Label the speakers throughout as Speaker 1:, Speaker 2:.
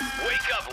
Speaker 1: of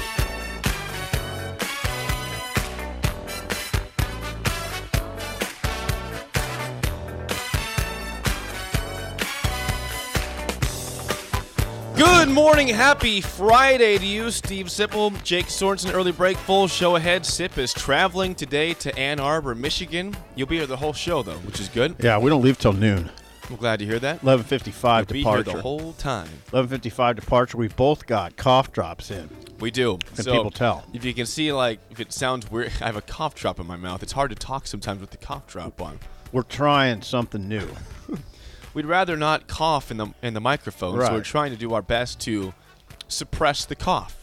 Speaker 2: Good morning, happy Friday to you, Steve Sipple, Jake Sorensen. Early break, full show ahead. Sip is traveling today to Ann Arbor, Michigan. You'll be here the whole show though, which is good.
Speaker 3: Yeah, we don't leave till noon.
Speaker 2: I'm glad to hear that.
Speaker 3: 11:55
Speaker 2: Be here the
Speaker 3: departure.
Speaker 2: whole time.
Speaker 3: 11:55 departure. We both got cough drops in.
Speaker 2: We do.
Speaker 3: And people tell.
Speaker 2: If you can see, like, if it sounds weird, I have a cough drop in my mouth. It's hard to talk sometimes with the cough drop on.
Speaker 3: We're trying something new.
Speaker 2: We'd rather not cough in the in the microphone, so we're
Speaker 3: Right.
Speaker 2: trying to do our best to suppress the cough.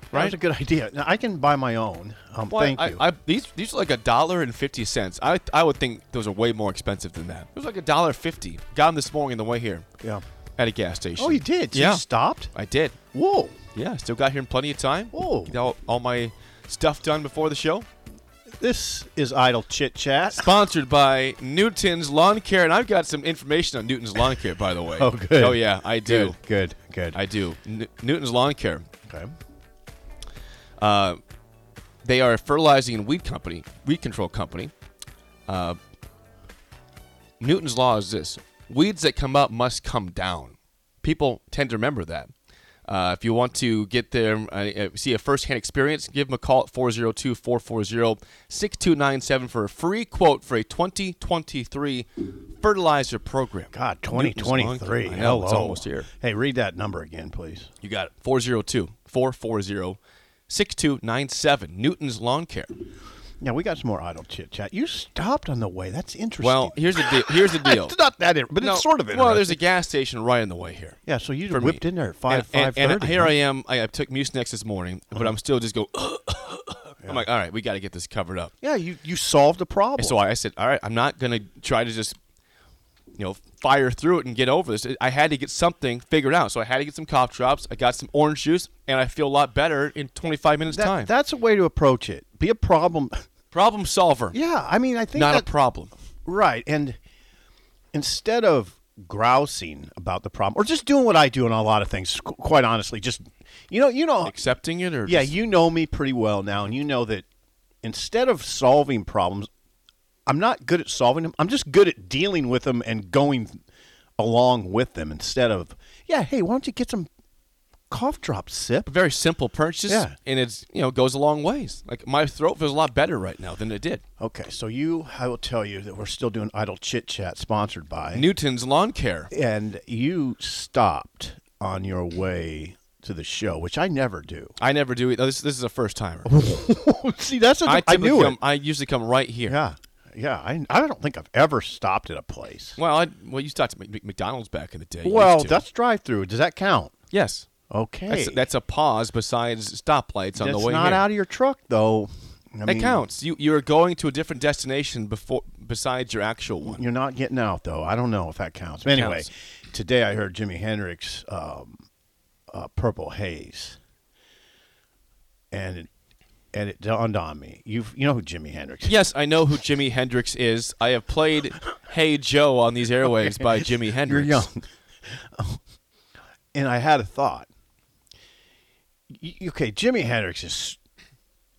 Speaker 3: That
Speaker 2: Right?
Speaker 3: was a good idea. Now I can buy my own. Um,
Speaker 2: Well,
Speaker 3: thank
Speaker 2: I,
Speaker 3: you.
Speaker 2: I, these these are like a dollar and fifty cents. I I would think those are way more expensive than that. It was like a dollar fifty. Got them this morning on the way here
Speaker 3: yeah.
Speaker 2: at a gas station.
Speaker 3: Oh, you did. So
Speaker 2: yeah,
Speaker 3: You stopped.
Speaker 2: I did.
Speaker 3: Whoa.
Speaker 2: Yeah, still got here in plenty of time.
Speaker 3: Whoa.
Speaker 2: Got all, all my stuff done before the show.
Speaker 3: This is idle chit chat.
Speaker 2: Sponsored by Newton's Lawn Care, and I've got some information on Newton's Lawn Care, by the way.
Speaker 3: Oh, good.
Speaker 2: Oh yeah, I do.
Speaker 3: Good. Good. good.
Speaker 2: I do. N- Newton's Lawn Care.
Speaker 3: okay.
Speaker 2: Uh, they are a fertilizing and weed company, weed control company. Uh, Newton's law is this: weeds that come up must come down. People tend to remember that. Uh, if you want to get there, uh, uh, see a firsthand experience, give them a call at 402 440 6297 for a free quote for a 2023 fertilizer program.
Speaker 3: God,
Speaker 2: Newton's Lawn Care.
Speaker 3: 2023.
Speaker 2: I know,
Speaker 3: Hello.
Speaker 2: it's almost here.
Speaker 3: Hey, read that number again, please.
Speaker 2: You got it. 402 440 6297. Newton's Lawn Care.
Speaker 3: Yeah, we got some more idle chit chat. You stopped on the way. That's interesting.
Speaker 2: Well, here's the deal. Here's the deal.
Speaker 3: It's not that, in- but
Speaker 2: No,
Speaker 3: it's sort of interesting.
Speaker 2: Well, there's a gas station right on the way here.
Speaker 3: Yeah, so you
Speaker 2: for me.
Speaker 3: whipped in there at five
Speaker 2: and,
Speaker 3: five
Speaker 2: and- and
Speaker 3: thirty. Uh-huh.
Speaker 2: here I am. I, I took Mucinex this morning, but I'm still just go. I'm like, all right, we got to get this covered up.
Speaker 3: Yeah, you you solved a problem.
Speaker 2: And so I, I said, all right, I'm not gonna try to just, you know, fire through it and get over this. I had to get something figured out. So I had to get some cough drops. I got some orange juice, and I feel a lot better in 25 minutes
Speaker 3: That-
Speaker 2: time.
Speaker 3: That's a way to approach it. Be a problem.
Speaker 2: problem solver,
Speaker 3: yeah, I mean, I think
Speaker 2: not
Speaker 3: that,
Speaker 2: a problem.
Speaker 3: Right, and instead of grousing about the problem, or just doing what I do on a lot of things, qu- quite honestly, just you know, you know,
Speaker 2: Accepting it or
Speaker 3: Uh, yeah,
Speaker 2: just-
Speaker 3: you know me pretty well now, and you know that instead of solving problems, I'm not good at solving them. I'm just good at dealing with them and going along with them instead of yeah, hey, why don't you get some cough drop sip?
Speaker 2: a very simple purchase
Speaker 3: Yeah.
Speaker 2: and it's you know goes a long ways like my throat feels a lot better right now than it did
Speaker 3: Okay, so you, I will tell you that we're still doing idle chit chat, sponsored by,
Speaker 2: newton's lawn care
Speaker 3: and you stopped on your way to the show, which I never do.
Speaker 2: i never do it this, this is a first timer
Speaker 3: See, that's a,
Speaker 2: i
Speaker 3: I,
Speaker 2: typically
Speaker 3: knew
Speaker 2: come,
Speaker 3: it.
Speaker 2: i usually come right here
Speaker 3: Yeah, yeah. I, I don't think I've ever stopped at a place.
Speaker 2: well i well you stopped at Mc- Mc- mcdonald's back in the day You
Speaker 3: Well,
Speaker 2: used to.
Speaker 3: that's drive through. Does that count?
Speaker 2: yes
Speaker 3: Okay,
Speaker 2: that's, that's a pause besides stoplights on the
Speaker 3: That's
Speaker 2: way
Speaker 3: not
Speaker 2: here
Speaker 3: out of your truck though. I
Speaker 2: that
Speaker 3: mean,
Speaker 2: counts you you're going to a different destination before besides your actual one
Speaker 3: You're not getting out though. I don't know if that counts. But anyway,
Speaker 2: counts.
Speaker 3: today I heard Jimi Hendrix, um, uh, "Purple Haze," and it, and it dawned on me. You you know who Jimi Hendrix? is?
Speaker 2: Yes, I know who Jimi Hendrix is. I have played "Hey Joe" on these airwaves by Jimi
Speaker 3: You're
Speaker 2: Hendrix.
Speaker 3: young. and I had a thought. Y- okay, Jimi Hendrix is.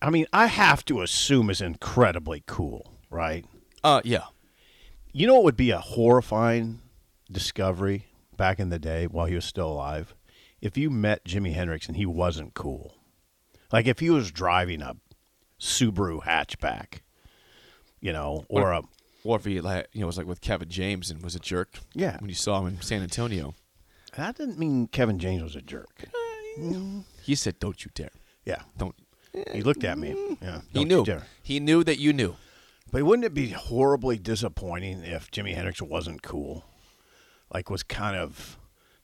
Speaker 3: I mean, I have to assume is incredibly cool, right?
Speaker 2: Uh, yeah.
Speaker 3: You know what would be a horrifying discovery back in the day while he was still alive? If you met Jimi Hendrix and he wasn't cool. Like if he was driving a Subaru hatchback, you know, or a
Speaker 2: Or if he, like, you know, was like with Kevin James and was a jerk.
Speaker 3: Yeah.
Speaker 2: When you saw him in San Antonio,
Speaker 3: that didn't mean Kevin James was a jerk.
Speaker 2: he said, "Don't you dare!
Speaker 3: Yeah.
Speaker 2: Don't."
Speaker 3: He looked at me. Yeah.
Speaker 2: Eh, He
Speaker 3: don't you
Speaker 2: knew.
Speaker 3: dare.
Speaker 2: He knew that you knew.
Speaker 3: But wouldn't it be horribly disappointing if Jimi Hendrix wasn't cool? Like was kind of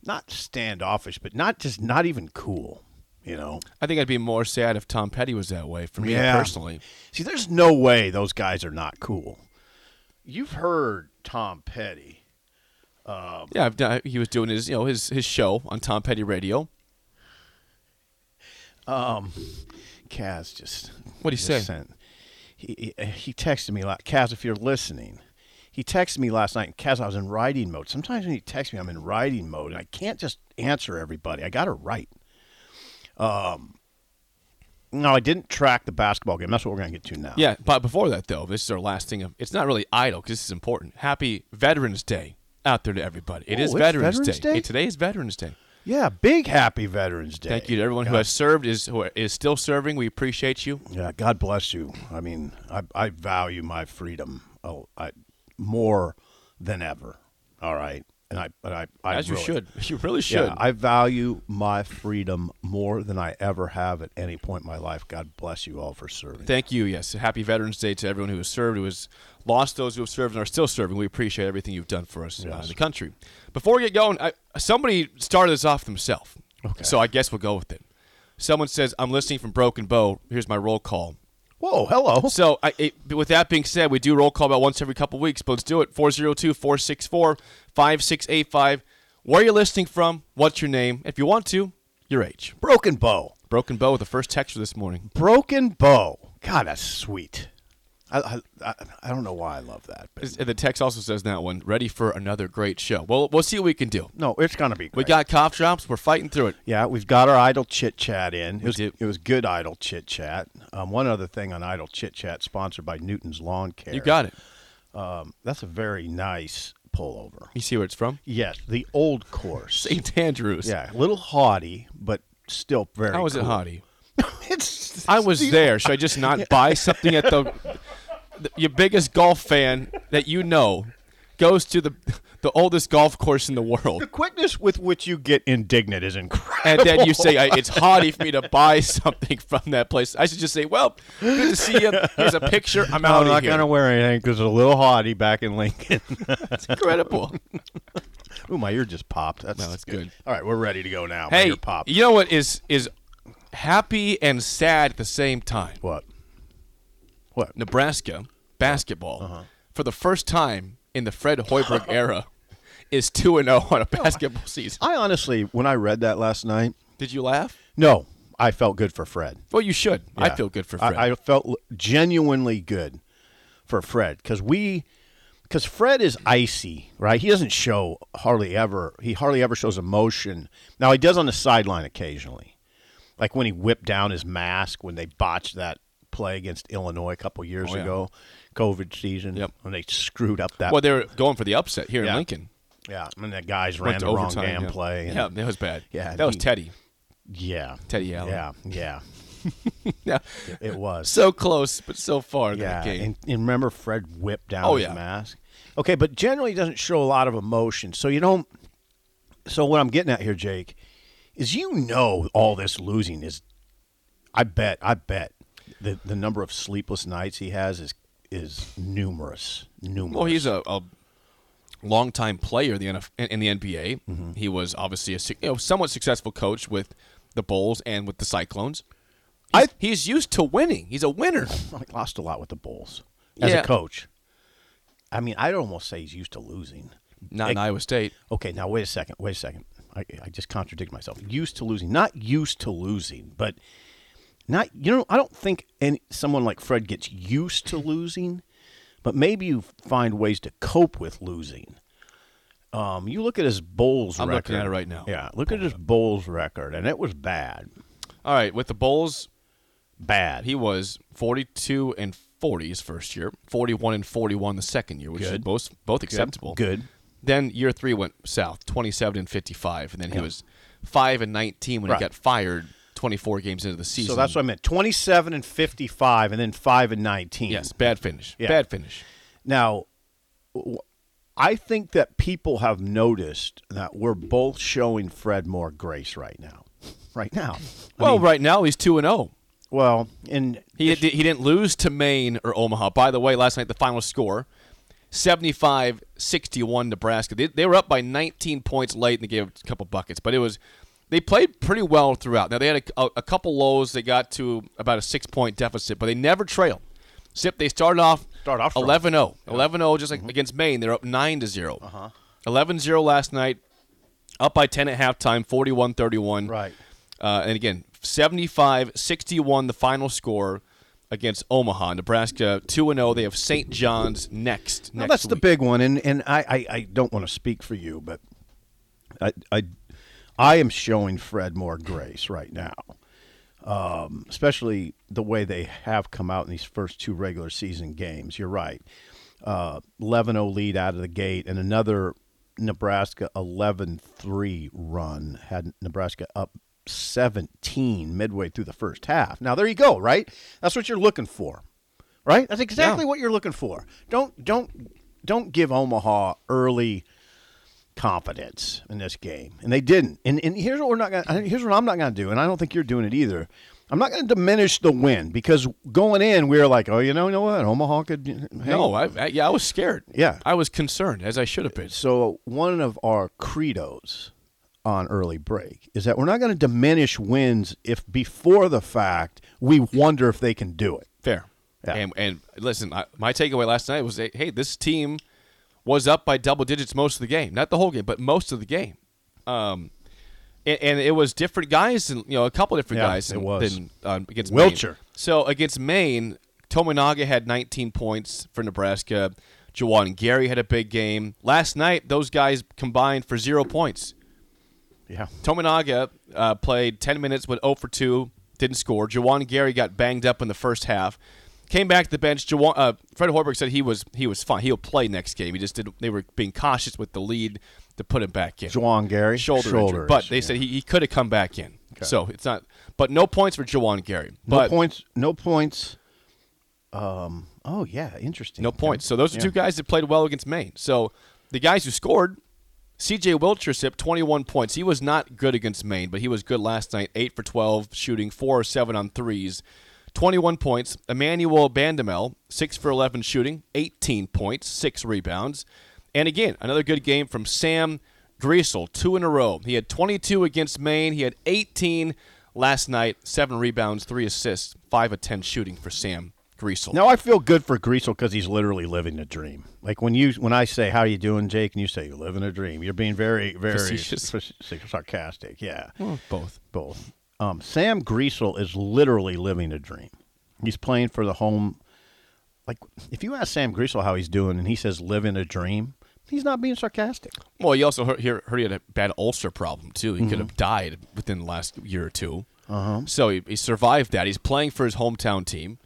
Speaker 3: not standoffish, but not just not even cool. You know,
Speaker 2: I think I'd be more sad if Tom Petty was that way for me
Speaker 3: Yeah.
Speaker 2: personally.
Speaker 3: see, there's no way those guys are not cool. You've heard Tom Petty.
Speaker 2: Yeah, I've done, he was doing his you know his his show on Tom Petty Radio.
Speaker 3: Kaz just
Speaker 2: What'd he
Speaker 3: just
Speaker 2: say?
Speaker 3: sent- He, he he texted me last. Kaz, if you're listening, he texted me last night. And Kaz, I was in writing mode. Sometimes when you text me, I'm in writing mode, and I can't just answer everybody. I got to write. Um, no, I didn't track the basketball game. That's what we're gonna get to now.
Speaker 2: Yeah, but before that though, this is our last thing. Of, it's not really idle because this is important. Happy Veterans Day out there to everybody. It
Speaker 3: Oh,
Speaker 2: is
Speaker 3: it's
Speaker 2: Veterans,
Speaker 3: Veterans
Speaker 2: Day.
Speaker 3: Day?
Speaker 2: Hey, today is Veterans Day.
Speaker 3: yeah. Big happy Veterans Day.
Speaker 2: Thank you to everyone who
Speaker 3: God-
Speaker 2: has served is who is still serving. We appreciate you.
Speaker 3: Yeah, God bless you. I mean, I, I value my freedom oh, I, more than ever. All right, and I, and I, I
Speaker 2: As
Speaker 3: really-
Speaker 2: you should. You really should.
Speaker 3: Yeah, I value my freedom more than I ever have at any point in my life. God bless you all for serving.
Speaker 2: Thank you. Yes. Happy Veterans Day to everyone who has served, who has lost those who have served and are still serving. We appreciate everything you've done for us uh, in the country. Before we get going, I, somebody started this off themselves.
Speaker 3: Okay.
Speaker 2: So I guess we'll go with it. Someone says, I'm listening from Broken Bow. Here's my roll call.
Speaker 3: Whoa, hello.
Speaker 2: So, I, it, but with that being said, we do roll call about once every couple weeks, but let's do it. 402 464 5685. Where are you listening from? What's your name? If you want to, your age.
Speaker 3: Broken bow.
Speaker 2: Broken Bow with the first texture this morning.
Speaker 3: Broken bow. God, that's sweet. I, I, I, I don't know why I love that. But
Speaker 2: And the text also says that one, ready for another great show. Well, we'll see what we can do.
Speaker 3: no, it's gonna be.
Speaker 2: We
Speaker 3: Great.
Speaker 2: got cough drops. We're fighting through it.
Speaker 3: Yeah, we've got our idle chit chat in. It was,
Speaker 2: do.
Speaker 3: it was good idle chit chat. Um, one other thing on idle chit chat, sponsored by Newton's Lawn Care.
Speaker 2: You got it.
Speaker 3: That's a very nice pullover.
Speaker 2: You see where it's from?
Speaker 3: Yes, the old course.
Speaker 2: St. Andrews.
Speaker 3: Yeah, a little haughty, but still very.
Speaker 2: How is it
Speaker 3: cool.
Speaker 2: haughty?
Speaker 3: it's
Speaker 2: I was there. Should I just not buy something at the, the your biggest golf fan that you know goes to the the oldest golf course in the world,
Speaker 3: the quickness with which you get indignant is incredible.
Speaker 2: and then you say I, it's haughty for me to buy something from that place. I should just say, well, good to see you. Here's a picture. I'm out
Speaker 3: I'm
Speaker 2: of
Speaker 3: not
Speaker 2: here.
Speaker 3: gonna wear anything because a little haughty back in Lincoln.
Speaker 2: It's incredible.
Speaker 3: Ooh, my ear just popped. That's,
Speaker 2: No, that's good.
Speaker 3: All right, we're ready to go now. my
Speaker 2: hey,
Speaker 3: ear popped.
Speaker 2: you know what is is happy and sad at the same time?
Speaker 3: what? What?
Speaker 2: Nebraska basketball
Speaker 3: Uh-huh.
Speaker 2: for the first time in the Fred Hoiberg era is 2 and 0 on a basketball season.
Speaker 3: I honestly, when I read that last night,
Speaker 2: Did you laugh?
Speaker 3: no, I felt good for Fred.
Speaker 2: Well, you should. I
Speaker 3: Yeah.
Speaker 2: feel good for Fred.
Speaker 3: I, I felt l- genuinely good for Fred because we, because Fred is icy, right? He doesn't show hardly ever. He hardly ever shows emotion. Now he does on the sideline occasionally, like when he whipped down his mask when they botched that play against Illinois a couple years
Speaker 2: Oh, yeah.
Speaker 3: ago, COVID season
Speaker 2: Yep.
Speaker 3: when they screwed up that.
Speaker 2: well, they were going for the upset here in
Speaker 3: Yeah.
Speaker 2: Lincoln.
Speaker 3: yeah, and that guys
Speaker 2: Went
Speaker 3: ran
Speaker 2: to
Speaker 3: the wrong
Speaker 2: overtime,
Speaker 3: damn
Speaker 2: yeah.
Speaker 3: play. and-
Speaker 2: yeah, that was bad.
Speaker 3: Yeah,
Speaker 2: that was
Speaker 3: he-
Speaker 2: Teddy.
Speaker 3: yeah,
Speaker 2: Teddy Allen.
Speaker 3: yeah, yeah.
Speaker 2: Yeah,
Speaker 3: It was.
Speaker 2: so close, but so far in that game.
Speaker 3: And, and remember, Fred whipped down
Speaker 2: Oh,
Speaker 3: his
Speaker 2: yeah.
Speaker 3: mask. Okay, but generally he doesn't show a lot of emotion. So you don't. So what I'm getting at here, Jake, is you know all this losing is. I bet. I bet the the number of sleepless nights he has is is numerous. Numerous.
Speaker 2: Well, he's a, a longtime player in the, NF- in in the NBA.
Speaker 3: Mm-hmm.
Speaker 2: He was obviously a su- you know, somewhat successful coach with the Bulls and with the Cyclones. He's, he's used to winning. He's a winner.
Speaker 3: I lost a lot with the Bulls as
Speaker 2: Yeah.
Speaker 3: a coach. I mean, I'd almost say he's used to losing.
Speaker 2: Not in
Speaker 3: Ex-
Speaker 2: Iowa State.
Speaker 3: Okay, now wait a second. Wait a second. I, I just contradicted myself. Used to losing, not used to losing, but not you know. I don't think any someone like Fred gets used to losing, but maybe you find ways to cope with losing. Um, you look at his Bulls
Speaker 2: I'm
Speaker 3: record
Speaker 2: looking at it right now.
Speaker 3: Yeah, look at his Bulls record, and it was bad,
Speaker 2: All right, with the Bulls,
Speaker 3: bad.
Speaker 2: he was 42 and 40 his first year, 41 and 41 the second year, which is
Speaker 3: Good.
Speaker 2: both both acceptable.
Speaker 3: Good.
Speaker 2: Then year three went south, 27 and 55, and then he was five and 19 when
Speaker 3: Right.
Speaker 2: he got fired. 24 games into the season.
Speaker 3: so that's what I meant. Twenty-seven and fifty-five, and then five and nineteen.
Speaker 2: Yes, bad finish.
Speaker 3: Yeah.
Speaker 2: Bad finish.
Speaker 3: Now, w- I think that people have noticed that we're both showing Fred more grace right now. Right now. I
Speaker 2: Well,
Speaker 3: mean,
Speaker 2: right now he's two and zero.
Speaker 3: well, and
Speaker 2: He di- he didn't lose to Maine or Omaha. By the way, last night the final score 75-61 Nebraska. They, they were up by 19 points late and they gave up a couple buckets, but it was they played pretty well throughout. Now they had a, a, a couple lows. They got to about a six point deficit, but they never trailed. Sip, they started off
Speaker 3: Start off strong. Mm-hmm.
Speaker 2: 11 0. 11 0, oh, just like against Maine. They're up 9 to 0.
Speaker 3: Uh-huh.
Speaker 2: 11 0 last night, up by 10 at halftime, 41 31.
Speaker 3: Right.
Speaker 2: Uh, and again, 75 61, the final score against Omaha. Nebraska 2 0. They have St. John's next.
Speaker 3: Now,
Speaker 2: next
Speaker 3: that's the
Speaker 2: week.
Speaker 3: big one, and and I, I, I don't want to speak for you, but I, I I am showing Fred more grace right now, um, especially the way they have come out in these first two regular season games. You're right, uh, 11-0 lead out of the gate, and another Nebraska 11-3 run had Nebraska up. 17 midway through the first half. Now there you go, right? That's what you're looking for right? That's exactly what you're looking for. Don't don't don't give Omaha early confidence in this game, and they didn't. And and here's what we're not gonna. Here's what I'm not gonna do, and I don't think you're doing it either. I'm not gonna diminish the win because going in we were like, oh, you know, you know what, Omaha could. Hang.
Speaker 2: No, I, I, yeah, I was scared.
Speaker 3: Yeah.
Speaker 2: I was concerned, as I should have been.
Speaker 3: So one of our credos on early break is that we're not going to diminish wins if before the fact we wonder if they can do it.
Speaker 2: Fair.
Speaker 3: Yeah.
Speaker 2: And, and listen, I, my takeaway last night was that, hey, this team was up by double digits most of the game. Not the whole game, but most of the game. Um, and, and it was different guys, and you know, a couple different
Speaker 3: Yeah,
Speaker 2: guys
Speaker 3: it
Speaker 2: than,
Speaker 3: was.
Speaker 2: than um, against Maine.
Speaker 3: Wilcher.
Speaker 2: So against Maine, Tominaga had 19 points for Nebraska. Jawan and Gary had a big game. Last night, those guys combined for zero points.
Speaker 3: Yeah.
Speaker 2: Tominaga uh, played 10 minutes, went 0 for 2, didn't score. Jawan Gary got banged up in the first half. Came back to the bench. Jawan, uh, Fred Horberg said he was he was fine. He'll play next game. He just did. They were being cautious with the lead to put him back in.
Speaker 3: Juwan Gary
Speaker 2: shoulder, injury. But they
Speaker 3: yeah.
Speaker 2: said he, he could have come back in. So it's not. But no points for Jawan Gary.
Speaker 3: No
Speaker 2: But
Speaker 3: points. No points. Um. Oh yeah, interesting.
Speaker 2: No points. So those are two guys that played well against Maine. So the guys who scored, C.J. Wilchership, 21 points. He was not good against Maine, but he was good last night. Eight for 12 shooting, four or seven on threes, 21 points. Emmanuel Bandamel, six for 11 shooting, 18 points, six rebounds, and again another good game from Sam Greasel, two in a row. He had 22 against Maine. He had 18 last night, seven rebounds, three assists, five of 10 shooting for Sam Greasel.
Speaker 3: Now I feel good for Greasel because he's literally living a dream. Like when you when I say how you doing, Jake, and you say you're living a dream, you're being very very
Speaker 2: Facetious. Hmm.
Speaker 3: fac- sarcastic. Yeah,
Speaker 2: both.
Speaker 3: both. Um, Sam Greasel is literally living a dream. He's playing for the home. Like if you ask Sam Greasel how he's doing, and he says living a dream, he's not being sarcastic.
Speaker 2: Well, you also heard, hear- heard he had a bad ulcer problem too. He could
Speaker 3: Mm-hmm.
Speaker 2: have died within the last year or 2 Uh-huh. So he, he survived that. He's playing for his hometown team.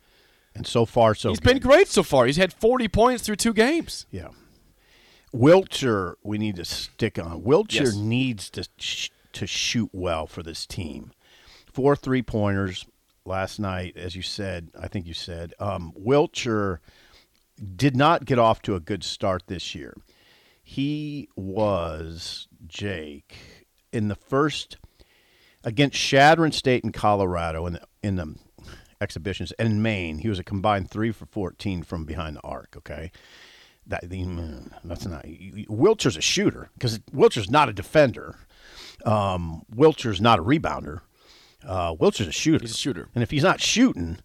Speaker 3: And so far, so
Speaker 2: He's
Speaker 3: good.
Speaker 2: been great so far. He's had 40 points through two games.
Speaker 3: Yeah. Wiltshire, we need to stick on. Wiltshire
Speaker 2: Yes.
Speaker 3: needs to sh- to shoot well for this team. Four three pointers last night, as you said. I think you said um, Wiltshire did not get off to a good start this year. He was Jake in the first against Shadron State in Colorado in the, in the exhibitions and in Maine. He was a combined three for fourteen from behind the arc. Okay, that the, mm, that's not you- you- Wiltshire's a shooter because Wiltshire's not a defender. Um, Wiltshire's not a rebounder. Uh, Wiltshire's a shooter.
Speaker 2: He's a shooter.
Speaker 3: and if he's not shooting,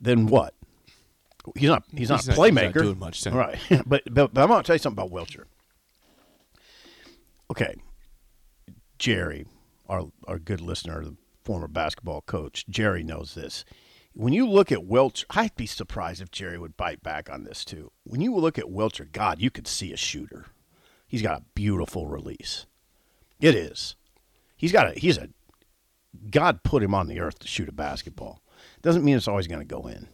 Speaker 3: then what? He's not. He's not
Speaker 2: He's
Speaker 3: a
Speaker 2: not- he's not
Speaker 3: playmaker.
Speaker 2: doing much, so.
Speaker 3: right? but, but but I'm going to tell you something about Wiltshire. Okay, Jerry, our our good listener, the former basketball coach, Jerry knows this. When you look at Wiltshire, I'd be surprised if Jerry would bite back on this too. When you look at Wiltshire, God, you could see a shooter. He's got a beautiful release. It is. He's got a he's a God put him on the earth to shoot a basketball. Doesn't mean it's always going to go in.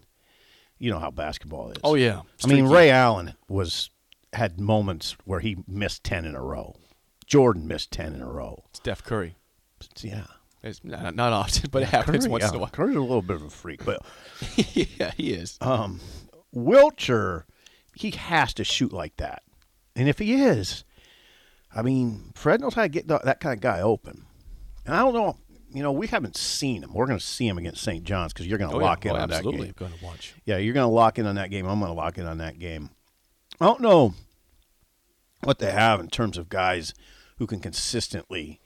Speaker 3: You know how basketball is.
Speaker 2: Oh, yeah.
Speaker 3: I mean, Ray Allen was had moments where he missed ten in a row. Jordan missed ten in a row.
Speaker 2: Steph Curry.
Speaker 3: Yeah,
Speaker 2: It's not, not often, but it happens once in a while.
Speaker 3: Curry's a little bit of a freak, but
Speaker 2: yeah, he is.
Speaker 3: Wiltshire, he has to shoot like that, and if he is, I mean, Fred knows how to get th- that kind of guy open. And I don't know, you know, we haven't seen him. We're going to see him against St. John's because you're going to
Speaker 2: Oh, yeah.
Speaker 3: lock
Speaker 2: Oh,
Speaker 3: in on
Speaker 2: absolutely.
Speaker 3: that game.
Speaker 2: going to watch.
Speaker 3: Yeah, you're going to lock in on that game. I'm going to lock in on that game. I don't know what they have in terms of guys who can consistently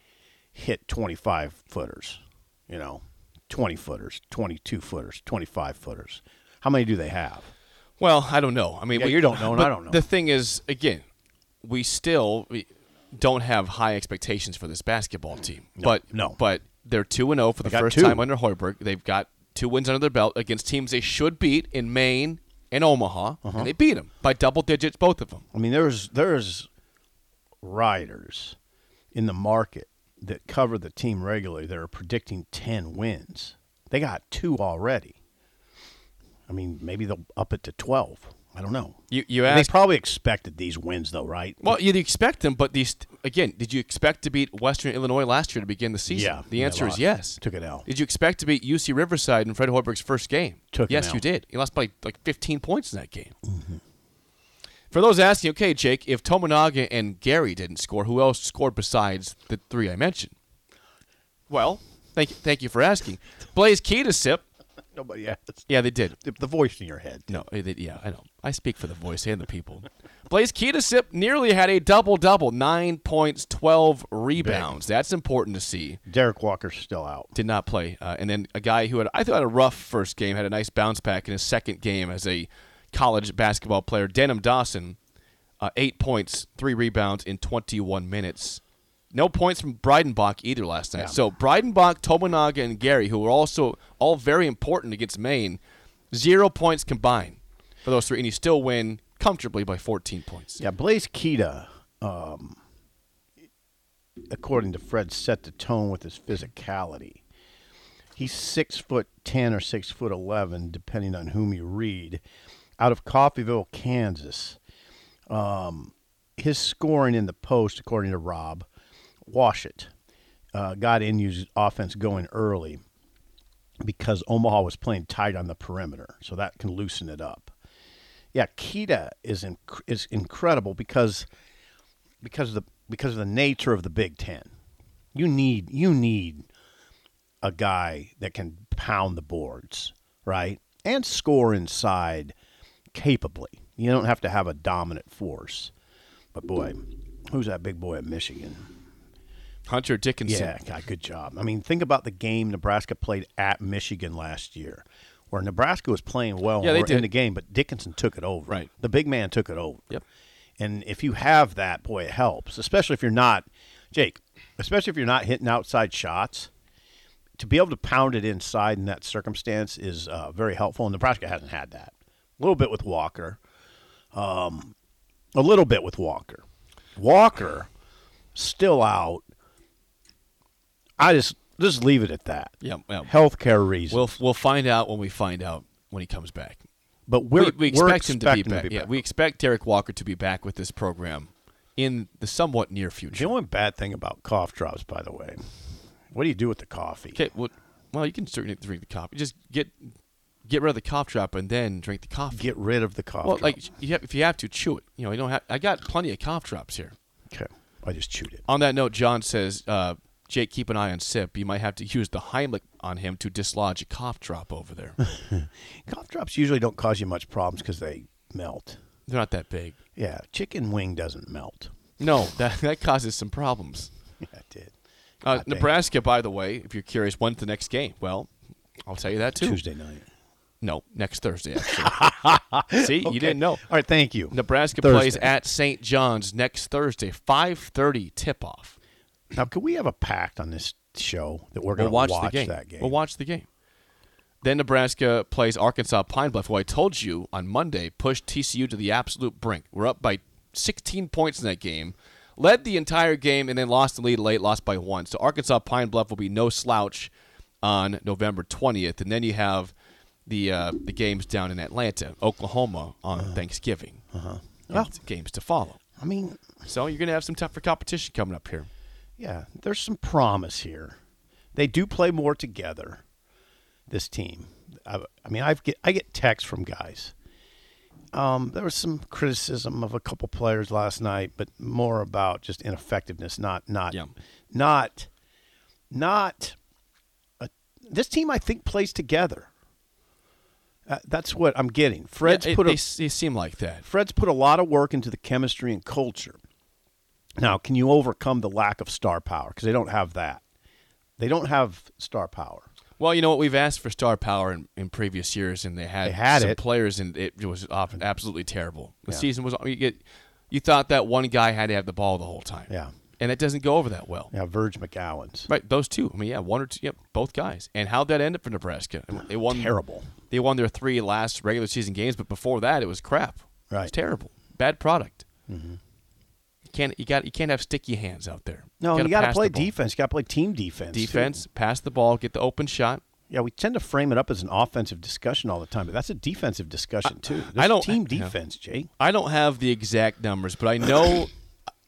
Speaker 3: hit 25 footers, you know, 20 footers, 22 footers, 25 footers. How many do they have?
Speaker 2: Well, I don't know. I mean,
Speaker 3: Yeah,
Speaker 2: we-
Speaker 3: you don't know, and
Speaker 2: but
Speaker 3: I don't know.
Speaker 2: The thing is, again, we still we don't have high expectations for this basketball team. but
Speaker 3: no.
Speaker 2: but they're two and zero for the
Speaker 3: got
Speaker 2: first
Speaker 3: two.
Speaker 2: time under Hoiberg. They've got two wins under their belt against teams they should beat in Maine and Omaha,
Speaker 3: Uh-huh.
Speaker 2: and they beat them by double digits, both of them.
Speaker 3: I mean, there's there's riders in the market that cover the team regularly that are predicting 10 wins. They got two already. I mean, maybe they'll up it to 12. I don't know.
Speaker 2: You you
Speaker 3: they
Speaker 2: asked.
Speaker 3: probably expected these wins, though, right?
Speaker 2: well, you'd expect them, but these again. Did you expect to beat Western Illinois last year to begin the season?
Speaker 3: Yeah,
Speaker 2: The
Speaker 3: they
Speaker 2: answer is
Speaker 3: lost.
Speaker 2: yes.
Speaker 3: Took an L.
Speaker 2: Did you expect to beat UC Riverside in Fred Hoiberg's first game?
Speaker 3: Took an
Speaker 2: yes,
Speaker 3: L. Mm-hmm.
Speaker 2: you did. He lost by like 15 points in that game. For those asking, okay, Jake, if Tominaga and Gary didn't score, who else scored besides the three I mentioned? Well, thank thank you for asking. Blaze Kedasip.
Speaker 3: Nobody asked.
Speaker 2: Yeah, they did.
Speaker 3: The, the voice in your head.
Speaker 2: No, eh, they- yeah, I know. I speak for the voice and the people. Blaze Kedasip nearly had a double double, nine points, 12 rebounds. That's important to see
Speaker 3: Derek Walker's still out.
Speaker 2: did not play. Uh, and then a guy who had I thought had a rough first game had a nice bounce back in his second game as a college basketball player. Denham Dawson, uh, eight points, three rebounds in 21 minutes. No points from Breidenbach either last night. So Breidenbach, Tominaga, and Gary, who were also all very important against Maine, zero points combined for those three, and you still win comfortably by 14 points.
Speaker 3: Yeah, Blaze Keita, um, according to Fred, set the tone with his physicality. He's six foot ten or six foot eleven, depending on whom you read, out of Coffeeville, Kansas. Um, his scoring in the post, according to Rob, wash it. Uh, got Inu's offense going early because Omaha was playing tight on the perimeter, so that can loosen it up yeah, Kita is inc- is incredible because because of the because of the nature of the Big Ten. You need you need a guy that can pound the boards, right, and score inside capably. You don't have to have a dominant force. But boy, who's that big boy at Michigan?
Speaker 2: Hunter Dickinson.
Speaker 3: Yeah, God, good job. I mean, think about the game Nebraska played at Michigan last year, where Nebraska was playing well
Speaker 2: Yeah,
Speaker 3: and
Speaker 2: they
Speaker 3: were in
Speaker 2: did.
Speaker 3: the game, but Dickinson took it over.
Speaker 2: Right.
Speaker 3: The big man took it over.
Speaker 2: Yep.
Speaker 3: And if you have that, boy, it helps, especially if you're not, Jake, especially if you're not hitting outside shots. To be able to pound it inside in that circumstance is uh, very helpful, and Nebraska hasn't had that. A little bit with Walker, um, a little bit with Walker. Walker still out. I just just leave it at that.
Speaker 2: Yeah, yeah.
Speaker 3: Healthcare reasons.
Speaker 2: We'll we'll find out when we find out when he comes back.
Speaker 3: but we're,
Speaker 2: we, we
Speaker 3: we're
Speaker 2: expect him to be
Speaker 3: expecting
Speaker 2: back. Yeah, we expect Derek Walker to be back with this program in the somewhat near
Speaker 3: the
Speaker 2: future.
Speaker 3: only bad thing about cough drops, by the way, what do you do with the coffee?
Speaker 2: Okay, well, well, you can certainly drink the coffee. Just get get rid of the cough drop and then drink the coffee.
Speaker 3: Get rid of the cough.
Speaker 2: well,
Speaker 3: drop.
Speaker 2: like you have, if you have to chew it, you know, you don't have. I got plenty of cough drops here.
Speaker 3: okay, I just chewed it.
Speaker 2: On that note, John says, uh, Jake, keep an eye on Sip. You might have to use the Heimlich on him to dislodge a cough drop over there.
Speaker 3: Cough drops usually don't cause you much problems because they melt.
Speaker 2: They're not that big.
Speaker 3: Yeah, chicken wing doesn't melt.
Speaker 2: No, that that causes some problems.
Speaker 3: Yeah, it did.
Speaker 2: Uh,
Speaker 3: God damn.
Speaker 2: Nebraska, by the way, if you're curious, when's the next game? Well, I'll tell you that too.
Speaker 3: Tuesday night.
Speaker 2: No, next Thursday. Actually. See, you didn't know.
Speaker 3: All right, thank you.
Speaker 2: Nebraska
Speaker 3: Thursday.
Speaker 2: plays at St. John's next Thursday, five thirty tip off.
Speaker 3: Now, could we have a pact on this show that we're going
Speaker 2: We'll
Speaker 3: to
Speaker 2: watch,
Speaker 3: watch,
Speaker 2: the game.
Speaker 3: that game?
Speaker 2: We'll watch the game. Then Nebraska plays Arkansas Pine Bluff, who I told you on Monday pushed TCU to the absolute brink. We're up by 16 points in that game, led the entire game, and then lost the lead late, lost by one. So Arkansas Pine Bluff will be no slouch on November 20th, and then you have the uh, the games down in Atlanta, Oklahoma on Thanksgiving. Uh-huh.
Speaker 3: Well-
Speaker 2: games to follow.
Speaker 3: I mean,
Speaker 2: So you're going to have some tougher competition coming up here.
Speaker 3: yeah, there's some promise here. They do play more together. This team. I, I mean, I've get I get texts from guys. Um, there was some criticism of a couple players last night, but more about just ineffectiveness, not not
Speaker 2: Yeah.
Speaker 3: not not. A, this team, I think, plays together. Uh, that's what I'm getting. Fred's
Speaker 2: Yeah, it-
Speaker 3: put
Speaker 2: they,
Speaker 3: a,
Speaker 2: s- they seem like that.
Speaker 3: Fred's put a lot of work into the chemistry and culture. Now, can you overcome the lack of star power? Because they don't have that. They don't have star power.
Speaker 2: Well, you know what? We've asked for star power in, in previous years, and they had,
Speaker 3: They had
Speaker 2: some
Speaker 3: it.
Speaker 2: players, and it was off, absolutely terrible. The
Speaker 3: Yeah.
Speaker 2: season was you, get, you thought that one guy had to have the ball the whole time.
Speaker 3: Yeah.
Speaker 2: and it doesn't go over that well.
Speaker 3: Yeah, Verge McGowan's.
Speaker 2: Right, those two. I mean, yeah, one or two. Yep, both guys. And how'd that end up for Nebraska? I mean, They won
Speaker 3: Terrible.
Speaker 2: They won their three last regular season games, but before that, it was crap. it was
Speaker 3: Right. Mm-hmm.
Speaker 2: terrible, bad product. You can't you got you can't have sticky hands out there.
Speaker 3: No, you got to
Speaker 2: pass
Speaker 3: play
Speaker 2: the ball.
Speaker 3: defense. Got to play team defense. too.
Speaker 2: Defense, pass the ball, get the open shot.
Speaker 3: Yeah, we tend to frame it up as an offensive discussion all the time, but that's a defensive discussion too. There's
Speaker 2: I don't-
Speaker 3: team
Speaker 2: yeah.
Speaker 3: defense, Jake.
Speaker 2: I don't have the exact numbers, but I know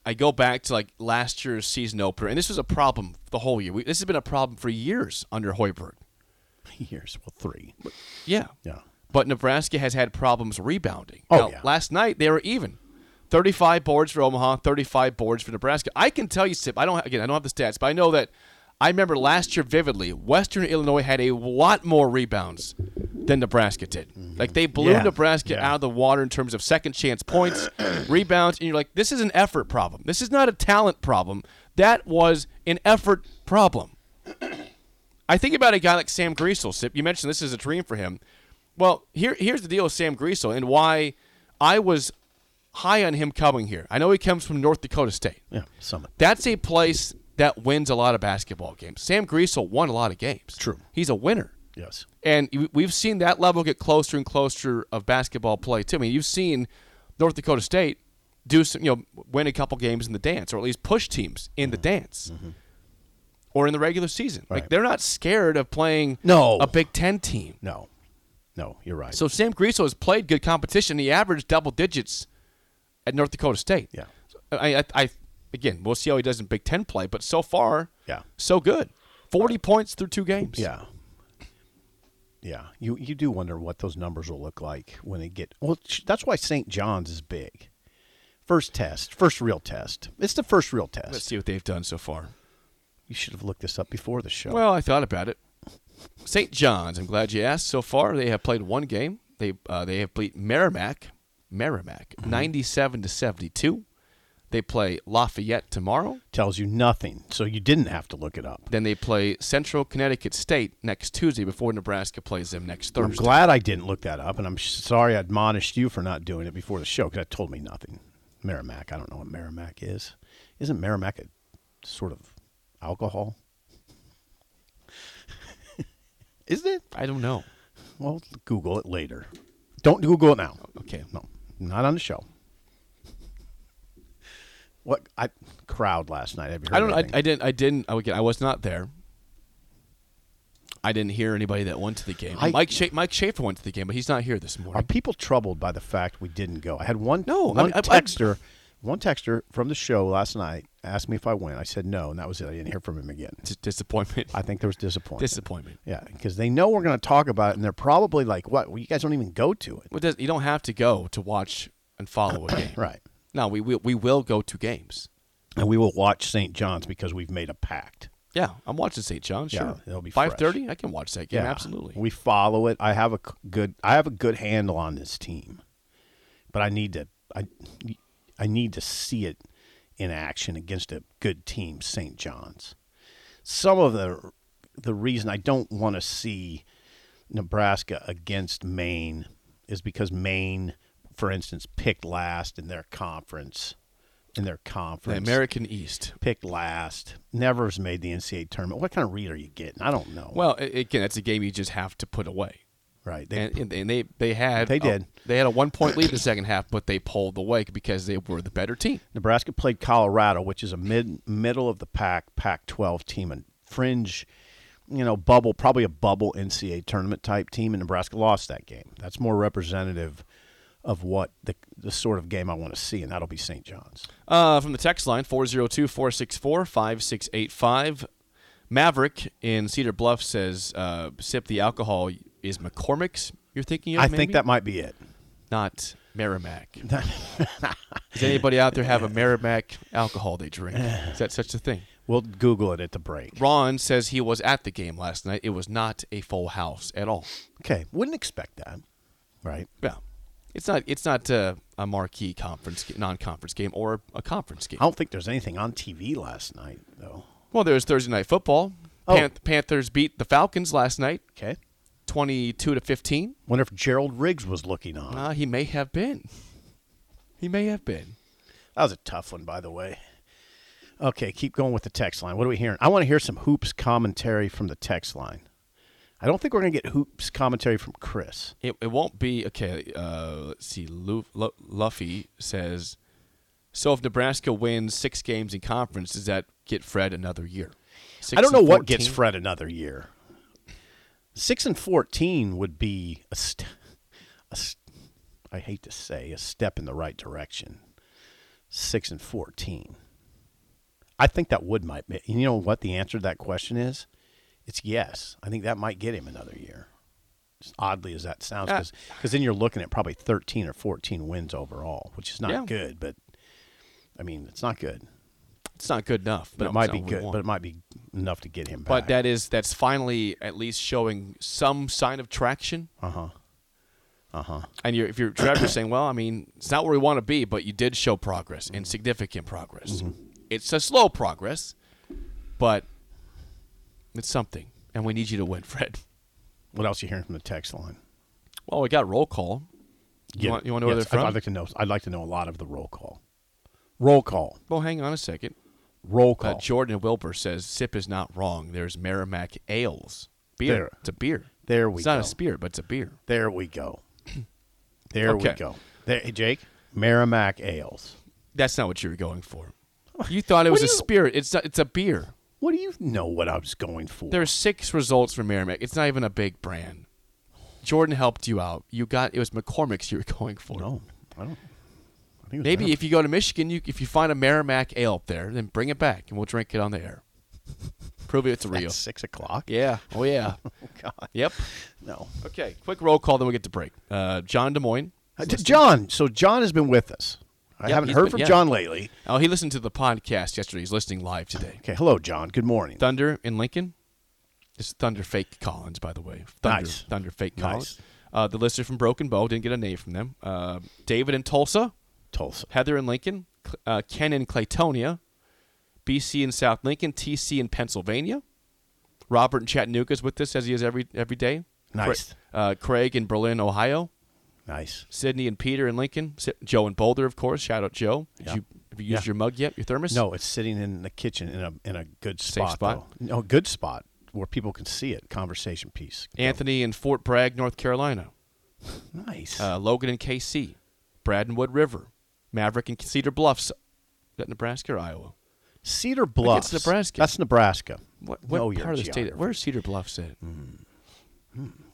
Speaker 2: I go back to like last year's season opener, and this was a problem the whole year. We, this has been a problem for years under Hoiberg.
Speaker 3: Years, well, three.
Speaker 2: Yeah.
Speaker 3: Yeah.
Speaker 2: But Nebraska has had problems rebounding.
Speaker 3: Oh,
Speaker 2: Now,
Speaker 3: yeah.
Speaker 2: Last night they were even. 35 boards for Omaha, 35 boards for Nebraska. I can tell you, Sip, I don't again, I don't have the stats, but I know that I remember last year vividly, Western Illinois had a lot more rebounds than Nebraska did. Like they blew
Speaker 3: Mm-hmm. Yeah.
Speaker 2: Nebraska
Speaker 3: Yeah.
Speaker 2: out of the water in terms of second chance points, rebounds, and you're like, this is an effort problem. This is not a talent problem. That was an effort problem. I think about a guy like Sam Greasel. Sip, you mentioned this is a dream for him. Well, here here's the deal with Sam Greasel and why I was high on him coming here. I know he comes from North Dakota State.
Speaker 3: Yeah, summit.
Speaker 2: That's a place that wins a lot of basketball games. Sam Greasel won a lot of games.
Speaker 3: True.
Speaker 2: He's a winner.
Speaker 3: Yes.
Speaker 2: And we- we've seen that level get closer and closer of basketball play too. I mean, you've seen North Dakota State do some, you know, win a couple games in the dance, or at least push teams in the dance, or in the regular season. Like
Speaker 3: Mm-hmm. Right.
Speaker 2: they're not scared of playing
Speaker 3: No.
Speaker 2: a Big Ten team.
Speaker 3: No. No, you're right.
Speaker 2: So Sam Greasel has played good competition. He averaged double digits at North Dakota State.
Speaker 3: Yeah.
Speaker 2: So, I, I, I again, we'll see how he does in Big Ten play, but so far,
Speaker 3: Yeah.
Speaker 2: so good. Forty points through two games.
Speaker 3: yeah. Yeah, you you do wonder what those numbers will look like when they get. Well, sh- that's why St. John's is big. First test, first real test. It's the first real test.
Speaker 2: Let's see what they've done so far.
Speaker 3: You should have looked this up before the show.
Speaker 2: Well, I thought about it. St. John's. I'm glad you asked. So far, they have played one game. They uh, they have beat Merrimack, Merrimack,
Speaker 3: Mm-hmm.
Speaker 2: 97 to 72. They play Lafayette tomorrow.
Speaker 3: tells you nothing, so you didn't have to look it up.
Speaker 2: Then they play Central Connecticut State next Tuesday before Nebraska plays them next Thursday.
Speaker 3: I'm glad I didn't look that up, and I'm sh- sorry I admonished you for not doing it before the show because that told me nothing. Merrimack, I don't know what Merrimack is. Isn't Merrimack a sort of alcohol? is it?
Speaker 2: I don't know.
Speaker 3: Well, Google it later. Don't Google it now.
Speaker 2: Okay.
Speaker 3: No, not on the show. What I crowd last night? Have you heard
Speaker 2: I don't. I,
Speaker 3: anything?
Speaker 2: I didn't. I didn't. I, again, I was not there. I didn't hear anybody that went to the game.
Speaker 3: I-
Speaker 2: Mike Sha- Mike Schaefer went to the game, but he's not here this
Speaker 3: Are
Speaker 2: morning.
Speaker 3: people troubled by the fact we didn't go? I had one
Speaker 2: No, I
Speaker 3: one
Speaker 2: mean, I- I-
Speaker 3: texter, one texter from the show last night asked me if I went. I said no, and that was it. I didn't hear from him again.
Speaker 2: It's a disappointment.
Speaker 3: I think there was disappointment.
Speaker 2: disappointment.
Speaker 3: yeah, because they know we're going to talk about it, and they're probably like, "What? Well, you guys don't even go to it,
Speaker 2: Well, does, you don't have to go to watch and follow a game.
Speaker 3: right?"
Speaker 2: No, we will. We will go to games.
Speaker 3: And we will watch St. John's because we've made a pact.
Speaker 2: Yeah, I'm watching St. John. Sure,
Speaker 3: Yeah, it'll be fresh.
Speaker 2: five thirty. I can watch that game. absolutely.
Speaker 3: We follow it. I have a c- good. I have a good handle on this team, but I need to. I I need to see it in action against a good team, St. John's. Some of the the reason I don't want to see Nebraska against Maine is because Maine, for instance, picked last in their conference. In their
Speaker 2: the
Speaker 3: conference,
Speaker 2: American East.
Speaker 3: picked last. Never has made the NCAA tournament. What kind of read are you getting? I don't know.
Speaker 2: Well, a- again, that's a game you just have to put away.
Speaker 3: right? They
Speaker 2: and, and, and they they had
Speaker 3: They
Speaker 2: a-
Speaker 3: did.
Speaker 2: they had a one point lead in the second half, but they pulled away because they were the better team.
Speaker 3: Nebraska played Colorado, which is a mid middle of the pack Pac-12 team and fringe, you know, bubble, probably a bubble NCAA tournament type team, and Nebraska lost that game. That's more representative of what the the sort of game I want to see, and that'll be St. John's.
Speaker 2: Uh, from the text line 402-464-5685, Maverick in Cedar Bluff says, uh, "Sip the alcohol is McCormick's." You're thinking of?
Speaker 3: I
Speaker 2: maybe?
Speaker 3: think that might be it.
Speaker 2: not Merrimack. Does anybody out there have a Merrimack alcohol they drink? Is that such a thing?
Speaker 3: We'll Google it at the break.
Speaker 2: Ron says he was at the game last night. It was not a full house at all.
Speaker 3: Okay, wouldn't expect that, right?
Speaker 2: Yeah, it's not it's not uh, a marquee conference non conference game or a conference game.
Speaker 3: I don't think there's anything on TV last night though.
Speaker 2: Well, there was Thursday night football.
Speaker 3: Oh.
Speaker 2: Panth- Panthers beat the Falcons last night,
Speaker 3: Okay.
Speaker 2: 22 to 15.
Speaker 3: Wonder if Gerald Riggs was looking on.
Speaker 2: Uh, he may have been. He may have been.
Speaker 3: That was a tough one, by the way. Okay, keep going with the text line. What are we hearing? I want to hear some hoops commentary from the text line. I don't think we're going to get hoops commentary from Chris.
Speaker 2: It, it won't be okay. Uh, let's see. Lu, Lu, Luffy says, "So if Nebraska wins six games in conference, does that get Fred another year?" Six
Speaker 3: I don't know
Speaker 2: and
Speaker 3: what gets
Speaker 2: 14?
Speaker 3: Fred another year. Six and fourteen would be a, st- a st- I hate to say, a step in the right direction. Six and fourteen. I think that would might be. You know what the answer to that question is? It's yes. I think that might get him another year. As oddly as that sounds,
Speaker 2: Uh,
Speaker 3: because then you're looking at probably thirteen or fourteen wins overall, which is not
Speaker 2: Yeah.
Speaker 3: good. But I mean, it's not good.
Speaker 2: It's not good enough,
Speaker 3: But
Speaker 2: No,
Speaker 3: it might
Speaker 2: it's
Speaker 3: be
Speaker 2: not what we
Speaker 3: good.
Speaker 2: want.
Speaker 3: But it might be enough to get him back.
Speaker 2: But that is that's finally at least showing some sign of traction.
Speaker 3: Uh huh. Uh huh.
Speaker 2: And you're, if you're Trevor's saying, "Well, I mean, it's not where we want to be, but you did show progress
Speaker 3: Mm-hmm.
Speaker 2: and significant progress. It's a slow progress, but it's something, and we need you to win, Fred."
Speaker 3: What else you hearing from the text line?
Speaker 2: Well, we got roll call. You
Speaker 3: Yeah.
Speaker 2: want, you want to know where
Speaker 3: Yes,
Speaker 2: they're from?
Speaker 3: I'd, I'd like to know. I'd like to know a lot of the roll call. Roll call.
Speaker 2: Well, hang on a second.
Speaker 3: Roll call.
Speaker 2: Uh, Jordan Wilbur says Sip is not wrong. There's Merrimack Ales beer.
Speaker 3: There.
Speaker 2: It's a beer.
Speaker 3: There we
Speaker 2: it's not
Speaker 3: go.
Speaker 2: a spear, but it's a beer.
Speaker 3: there we go. There we
Speaker 2: Okay.
Speaker 3: go. There, hey, Jake. Merrimack Ales.
Speaker 2: That's not what you were going for. You thought it was
Speaker 3: do
Speaker 2: a
Speaker 3: you-
Speaker 2: spirit. It's not, it's a beer.
Speaker 3: What do you know? What I was going for?
Speaker 2: There are six results for Merrimack. It's not even a big brand. Jordan helped you out. You got it was McCormick's you were going for.
Speaker 3: no. I don't. I think it was
Speaker 2: Maybe
Speaker 3: Merrimack.
Speaker 2: if you go to Michigan, you if you find a Merrimack ale up there, then bring it back and we'll drink it on the air. Prove it's
Speaker 3: At
Speaker 2: real.
Speaker 3: six o'clock.
Speaker 2: Yeah. Oh yeah.
Speaker 3: God.
Speaker 2: Yep.
Speaker 3: No.
Speaker 2: Okay. Quick roll call, then we will get to break. Uh, John Des Moines.
Speaker 3: Uh, to John. So John has been with us. I
Speaker 2: Yep,
Speaker 3: haven't
Speaker 2: he's
Speaker 3: heard
Speaker 2: been-
Speaker 3: from
Speaker 2: yeah.
Speaker 3: John lately.
Speaker 2: Oh, he listened to the podcast yesterday. He's listening live today.
Speaker 3: Okay. Hello, John. Good morning.
Speaker 2: Thunder in Lincoln. This is Thunder Fake Collins, by the way. Thunder,
Speaker 3: Nice.
Speaker 2: Thunder Fake
Speaker 3: Nice.
Speaker 2: Collins. Uh, the listener from Broken Bow didn't get a name from them. Uh, David in Tulsa,
Speaker 3: Tulsa.
Speaker 2: Heather in Lincoln, Cl- uh, Ken in Claytonia, BC in South Lincoln, TC in Pennsylvania. Robert in Chattanooga is with us as he is every every day. Cra-
Speaker 3: Nice.
Speaker 2: uh, Craig in Berlin, Ohio.
Speaker 3: Nice.
Speaker 2: Sydney and Peter and Lincoln, Si- Joe and Boulder, of course. Shout out Joe. Did
Speaker 3: Yeah.
Speaker 2: you, have you used
Speaker 3: Yeah.
Speaker 2: your mug yet? Your thermos?
Speaker 3: No, it's sitting in the kitchen in a in a good spot.
Speaker 2: spot?
Speaker 3: though. No, good spot where people can see it. Conversation piece.
Speaker 2: Anthony in Fort Bragg, North Carolina.
Speaker 3: Nice.
Speaker 2: Uh, Logan in KC. Brad in Wood River. Maverick in Cedar Bluffs. Is that Nebraska or Iowa?
Speaker 3: Cedar Bluffs.
Speaker 2: Nebraska.
Speaker 3: That's Nebraska.
Speaker 2: What, what
Speaker 3: Know your
Speaker 2: part of the state?
Speaker 3: geography.
Speaker 2: Where's Cedar Bluffs at?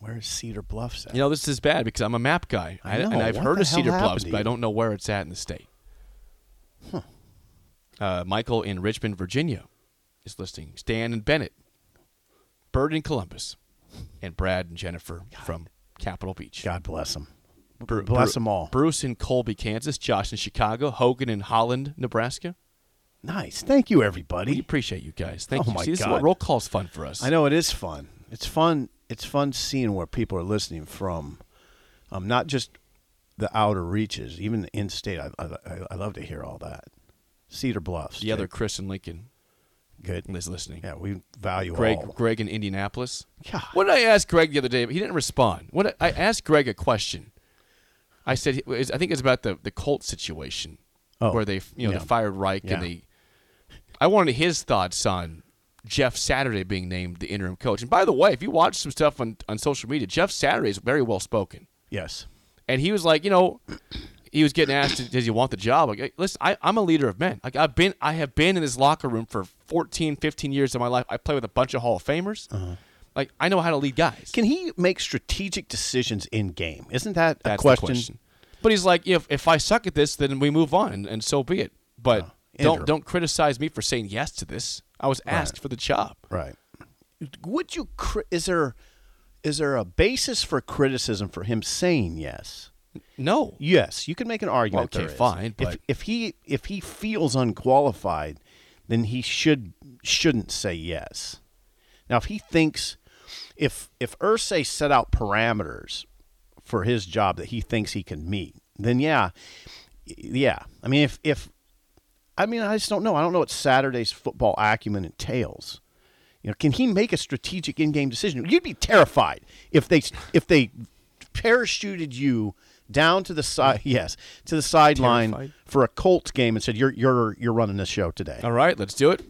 Speaker 3: Where is Cedar Bluffs at?
Speaker 2: You know, this is bad because I'm a map guy.
Speaker 3: I know.
Speaker 2: and I've
Speaker 3: What
Speaker 2: heard
Speaker 3: the
Speaker 2: of
Speaker 3: hell
Speaker 2: Cedar
Speaker 3: happened
Speaker 2: Bluffs,
Speaker 3: to
Speaker 2: but I
Speaker 3: you?
Speaker 2: don't know where it's at in the state. Uh, Michael in Richmond, Virginia is listing. Stan and Bennett. Bird in Columbus. And Brad and Jennifer from Capitol Beach.
Speaker 3: God bless them. bless them all.
Speaker 2: Bruce in Colby, Kansas. Josh in Chicago. Hogan in Holland, Nebraska.
Speaker 3: nice. Thank you,
Speaker 2: We
Speaker 3: everybody.
Speaker 2: appreciate you guys. Thank
Speaker 3: Oh,
Speaker 2: you.
Speaker 3: my
Speaker 2: See, this is
Speaker 3: God.
Speaker 2: what roll call's fun for us.
Speaker 3: I know it is fun. It's fun. It's fun seeing where people are listening from. Um, not just the outer reaches, even the in-state. I, I, I- I love to hear all that. Cedar Bluffs.
Speaker 2: The other
Speaker 3: Jake.
Speaker 2: Chris in Lincoln
Speaker 3: good.
Speaker 2: is listening.
Speaker 3: Yeah, we value
Speaker 2: Greg,
Speaker 3: all.
Speaker 2: Greg in Indianapolis.
Speaker 3: God.
Speaker 2: What did I ask Greg the other day? He didn't respond. What I asked Greg a question. I said, I think it's about the the Colt situation
Speaker 3: Oh,
Speaker 2: where they you know
Speaker 3: yeah.
Speaker 2: they fired Reich
Speaker 3: Yeah.
Speaker 2: and they. I wanted his thoughts on Jeff Saturday being named the interim coach. And by the way, if you watch some stuff on on social media, Jeff Saturday is very well spoken.
Speaker 3: Yes.
Speaker 2: And he was like, you know, he was getting asked, "Does he want the job?" Like, hey, listen, I, I'm a leader of men. Like, I've been, I have been in this locker room for 14, 15 years of my life. I play with a bunch of Hall of Famers. Like, I know how to lead guys.
Speaker 3: Uh-huh. Can he make strategic decisions in game? Isn't that
Speaker 2: That's
Speaker 3: a
Speaker 2: the
Speaker 3: question?
Speaker 2: But he's like, if if I suck at this, then we move on, and, and so be it. But
Speaker 3: Oh, Andrew.
Speaker 2: don't don't criticize me for saying yes to this. I was asked for the job.
Speaker 3: Right. Would you? Cri- is there is there a basis for criticism for him saying yes?
Speaker 2: No,
Speaker 3: Yes, you can make an argument.
Speaker 2: Okay,
Speaker 3: there is.
Speaker 2: fine,
Speaker 3: if,
Speaker 2: but-
Speaker 3: if he if he feels unqualified, then he should shouldn't say yes. Now, if he thinks if if Ursay set out parameters for his job that he thinks he can meet, then yeah, yeah. I mean, if if I mean, I just don't know. I don't know what Saturday's football acumen entails. You know, can he make a strategic in-game decision? You'd be terrified if they if they parachuted you down to the side. Yes, to the sideline
Speaker 2: Terrified? Oh.
Speaker 3: for a Colts game and said, "You're you're you're running this show today."
Speaker 2: All right, let's do it.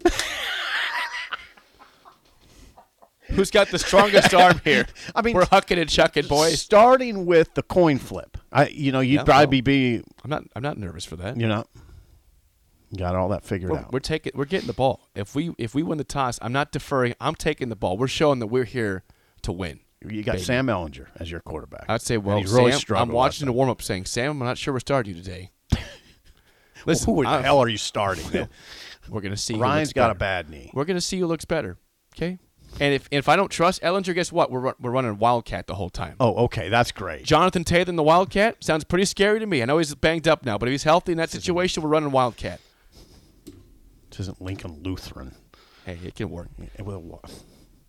Speaker 2: Who's got the strongest arm here?
Speaker 3: I mean-
Speaker 2: we're hucking and chucking, boys.
Speaker 3: Starting with the coin flip, I you know you'd
Speaker 2: Yeah,
Speaker 3: probably be
Speaker 2: I'm not. I'm not nervous for that.
Speaker 3: you know got all that figured
Speaker 2: We're,
Speaker 3: out.
Speaker 2: we're taking. We're getting the ball. If we if we win the toss, I'm not deferring. I'm taking the ball. We're showing that we're here to win.
Speaker 3: you got
Speaker 2: baby.
Speaker 3: Sam Ellinger as your quarterback.
Speaker 2: I'd say,
Speaker 3: And
Speaker 2: well,
Speaker 3: he's really
Speaker 2: Sam,
Speaker 3: struggled
Speaker 2: I'm
Speaker 3: last
Speaker 2: watching the
Speaker 3: night.
Speaker 2: warm up, saying, Sam, I'm not sure we're starting you today.
Speaker 3: Well,
Speaker 2: Listen,
Speaker 3: who the
Speaker 2: I-
Speaker 3: hell are you starting? then?
Speaker 2: We're gonna see. who
Speaker 3: Ryan's
Speaker 2: looks
Speaker 3: got a
Speaker 2: better.
Speaker 3: bad knee.
Speaker 2: We're gonna see who looks better. Okay. And if and if I don't trust Ellinger, guess what? We're run, we're running Wildcat the whole time.
Speaker 3: Oh, okay, that's great.
Speaker 2: Jonathan Taylor in the Wildcat sounds pretty scary to me. I know he's banged up now, but if he's healthy in that situation, we're running Wildcat.
Speaker 3: This isn't Lincoln Lutheran.
Speaker 2: Hey, it can work.
Speaker 3: It will wa-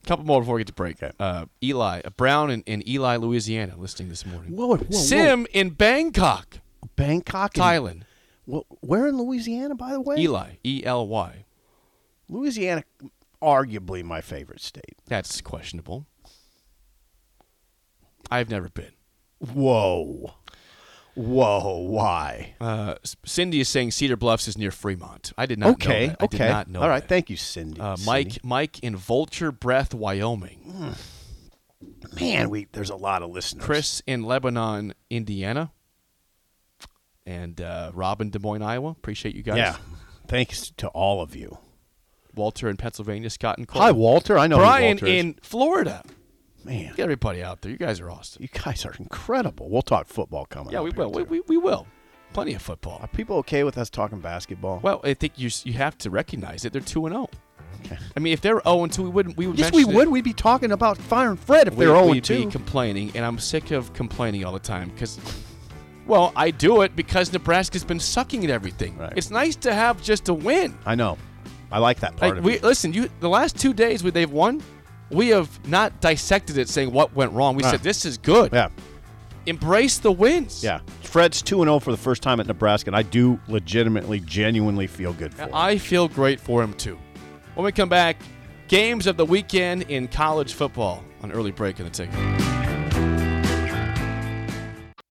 Speaker 2: couple more before we get to break.
Speaker 3: Okay.
Speaker 2: Uh, Eli uh, Brown in, in Eli, Louisiana, listening this morning.
Speaker 3: Whoa, whoa, whoa.
Speaker 2: Sim in Bangkok,
Speaker 3: Bangkok, and-
Speaker 2: Thailand.
Speaker 3: Well, where in Louisiana, by the way?
Speaker 2: Eli, E L Y.
Speaker 3: Louisiana, arguably my favorite state.
Speaker 2: That's questionable. I've never been.
Speaker 3: Whoa, whoa, why?
Speaker 2: Uh, S- Cindy is saying Cedar Bluffs is near Fremont. I did not know
Speaker 3: okay,
Speaker 2: that. I
Speaker 3: okay.
Speaker 2: did not know
Speaker 3: All right,
Speaker 2: that.
Speaker 3: thank you, Cindy.
Speaker 2: uh, Mike, Mike in Vulture Breath, Wyoming.
Speaker 3: Cindy. man, we there's a lot of listeners.
Speaker 2: Chris in Lebanon, Indiana. And uh, Rob in Des Moines, Iowa. Appreciate you guys.
Speaker 3: yeah, thanks to all of you.
Speaker 2: Walter in Pennsylvania, Scott in
Speaker 3: Hi,
Speaker 2: Cleveland.
Speaker 3: Walter. I know who
Speaker 2: Brian
Speaker 3: Walter is.
Speaker 2: in Florida.
Speaker 3: man.
Speaker 2: Get everybody out there. You guys are awesome.
Speaker 3: You guys are incredible. We'll talk football coming.
Speaker 2: Yeah,
Speaker 3: up
Speaker 2: we
Speaker 3: here,
Speaker 2: will. We,
Speaker 3: too.
Speaker 2: we, we will. Plenty of
Speaker 3: Are
Speaker 2: football.
Speaker 3: people okay with us talking basketball?
Speaker 2: Well, I think you s- you have to recognize it. They're two and zero. I mean, if they're zero and two, we wouldn't. We would.
Speaker 3: Yes, we
Speaker 2: mention it.
Speaker 3: would. We'd be talking about Fire and Fred if
Speaker 2: We,
Speaker 3: they're 0
Speaker 2: would be
Speaker 3: 2.
Speaker 2: complaining, and I'm sick of complaining all the time because. Well, I do it because Nebraska's been sucking at everything.
Speaker 3: Right.
Speaker 2: It's nice to have just a win.
Speaker 3: I know. I like that part
Speaker 2: Like
Speaker 3: of
Speaker 2: we
Speaker 3: it.
Speaker 2: listen, you the last two days where they've won, we have not dissected it, saying what went wrong. We
Speaker 3: Right.
Speaker 2: said this is good.
Speaker 3: Yeah,
Speaker 2: Embrace the wins.
Speaker 3: yeah. Fred's 2 0 for the first time at Nebraska, and I do legitimately, genuinely feel good for
Speaker 2: And
Speaker 3: him.
Speaker 2: I feel great for him too. When we come back, games of the weekend in college football. An early break in the ticket.